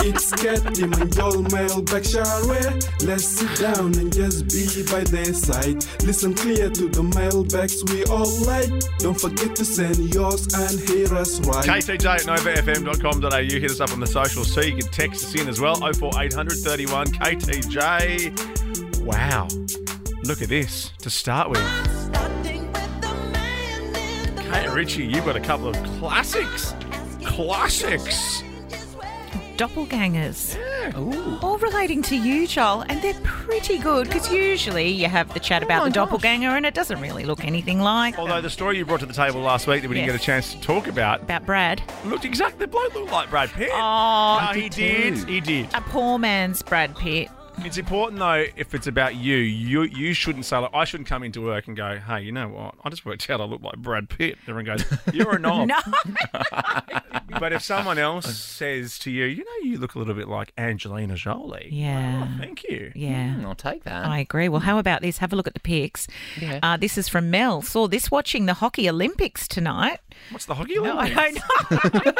It's Katim and your mailbag shareware. Let's sit down and just be by their side. Listen clear to the mailbags we all like. Don't forget to send yours and hear us right. KCJ at novafm.com.au. Hit us up on the socials so you can text us in as well. 04831 KTJ. Wow. Look at this to start with. Hey Richie, you've got a couple of classics. Classics. Doppelgangers. All relating to you, Joel, and they're pretty good because usually you have the chat Oh about the doppelganger and it doesn't really look anything like Although the story you brought to the table last week that we didn't Yes. get a chance to talk about about Brad. looked exactly the bloke looked like Brad Pitt. Oh, no, he did. He did. a poor man's Brad Pitt. It's important though. If it's about you, you you shouldn't say. Like, I shouldn't come into work and go, "Hey, you know what? I just worked out. I look like Brad Pitt." Everyone goes, "You're a knob." No, But if someone else says to you, "You know, you look a little bit like Angelina Jolie," Yeah. "Oh, thank you. yeah. I'll take that. I agree. Well, how about this? Have a look at the pics. Yeah. Uh, this is from Mel. Saw this watching the hockey Olympics tonight. What's the hockey Oh, No, line? I don't know.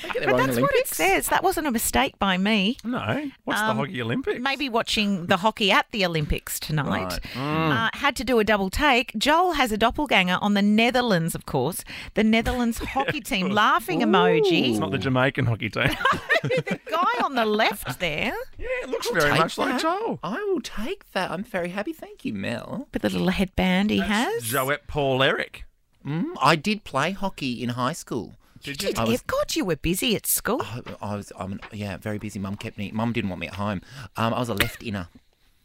I get the But wrong that's what it Olympics. says. That wasn't a mistake by me. No. What's Um, the hockey Olympics? Maybe watching the hockey at the Olympics tonight. Mm. Uh, had to do a double take. Joel has a doppelganger on the Netherlands, of course. The Netherlands hockey team. Laughing It's emoji. not the Jamaican hockey team. the guy on the left there yeah, it looks very Take much like that. Joel. I will take that. I'm very happy. Thank you, Mel. with the little headband he has. Joette Paul Eric. Mm, I did play hockey in high school. Did you? Did I was- you- God, you were busy at school. I, I was, I'm, an- yeah, very busy. Mum kept me. Mum didn't want me at home. Um, I was a left inner.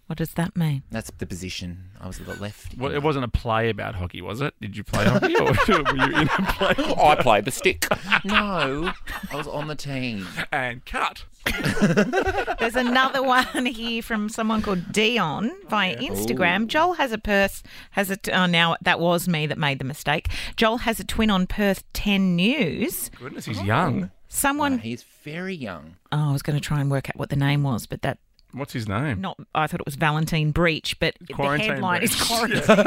What does that mean? That's the position. I was the left. Well, it wasn't a play about hockey, was it? Did you play hockey or were you in a play? I played the stick. no, I was on the team. And cut. There's another one here from someone called Dion via Instagram. Joel has a purse has a t- oh now that was me that made the mistake. Joel has a twin on Perth 10 News. Goodness, Oh. he's young. Someone He's very young. oh, I was going to try and work out what the name was, but that What's his name? not I thought it was Valentine Breach, but Quarantine the headline is Breach. quarantine.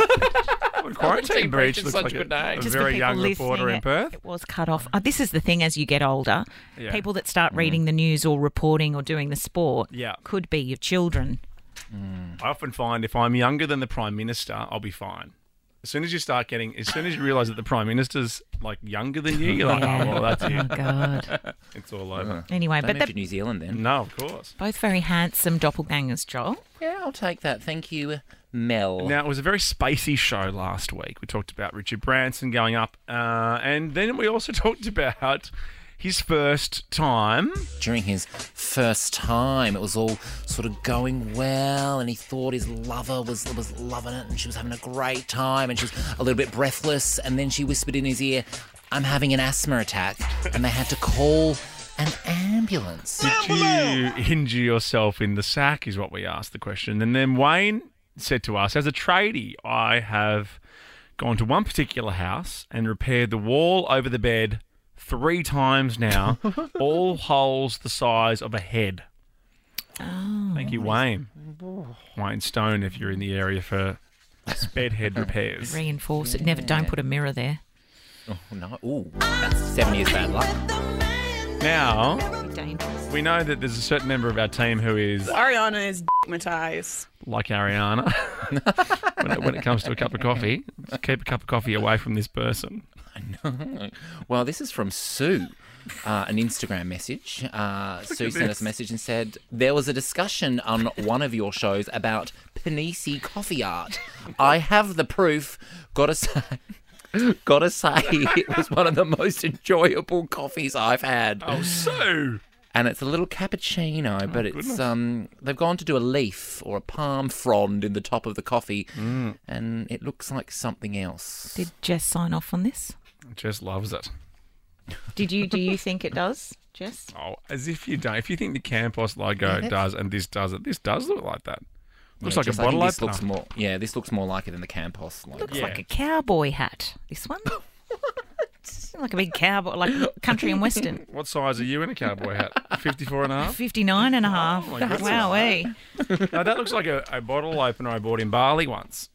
Quarantine Breach is looks such like a a, good name. a Just for very people young reporter listening, in it- Perth. It was cut off. Oh, this is the thing as you get older, Yeah. people that start reading the news or reporting or doing the sport Yeah. could be your children. I often find if I'm younger than the Prime Minister, I'll be fine. As soon as you start getting, as soon as you realise that the Prime Minister's like younger than you, you're like, oh, well, that's Oh it. god. It's all over. Anyway, Don't but move they're to New Zealand then. No, of course. both very handsome doppelgangers, Joel. Yeah, I'll take that. Thank you, Mel. Now, it was a very spacey show last week. We talked about Richard Branson going up, uh, and then we also talked about his first time. during his first time. It was all sort of going well, and he thought his lover was was loving it, and she was having a great time, and she was a little bit breathless. And then she whispered in his ear, "I'm having an asthma attack," and they had to call an ambulance. Oh, Did you injure yourself in the sack? Is what we asked the question. And then Wayne said to us, as a tradie, I have gone to one particular house and repaired the wall over the bed three times now, all holes the size of a head. Oh, Thank you, Wayne. Wayne Stone, if you're in the area for bed head repairs. Reinforce it. Never don't put a mirror there. Oh no! Ooh, that's seven years bad luck. Now, Dangerous. we know that there's a certain member of our team who is Ariana is Matthias. like Ariana when, it, when it comes to a cup of coffee. Just keep a cup of coffee away from this person. Well, this is from Sue, uh, an Instagram message. Uh, Sue sent us a message and said, There was a discussion on one of your shows about Panisi coffee art. I have the proof. Gotta say. Gotta say, it was one of the most enjoyable coffees I've had, Oh. So, and it's a little cappuccino. Oh, but it's um, they've gone to do a leaf or a palm frond in the top of the coffee, Mm. and it looks like something else. Did Jess sign off on this? Jess loves it. Did you do you think it does, Jess? Oh, as if you don't. If you think the Campos logo does and this does it, this does look like that. Looks Yeah, like a just- I think bottle This opener. looks more, yeah, this looks more like it than the Campos. Like, Looks Yeah. like a cowboy hat. This one. like a big cowboy, like country and western. what size are you in a cowboy hat? 54 and a half? 59 and a half. Oh eh. my goodness. Wowee. No, that looks like a, a bottle opener I bought in Bali once.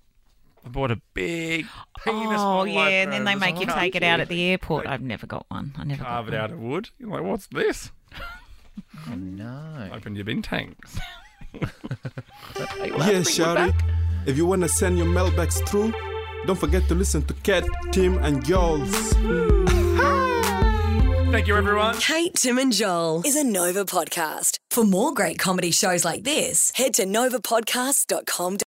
I bought a big penis. oh model yeah, and then opener they and make you just take it out at the airport. They I've never got one. I never Carve got it out of wood. You're like, what's this? Oh, no. Open your bin tanks. Yeah, Shari. If you wanna send your mailbags through, don't forget to listen to Cat, Tim, and Joel's. Thank you, everyone. Kate, Tim, and Joel is a Nova podcast. For more great comedy shows like this, head to novapodcast.com.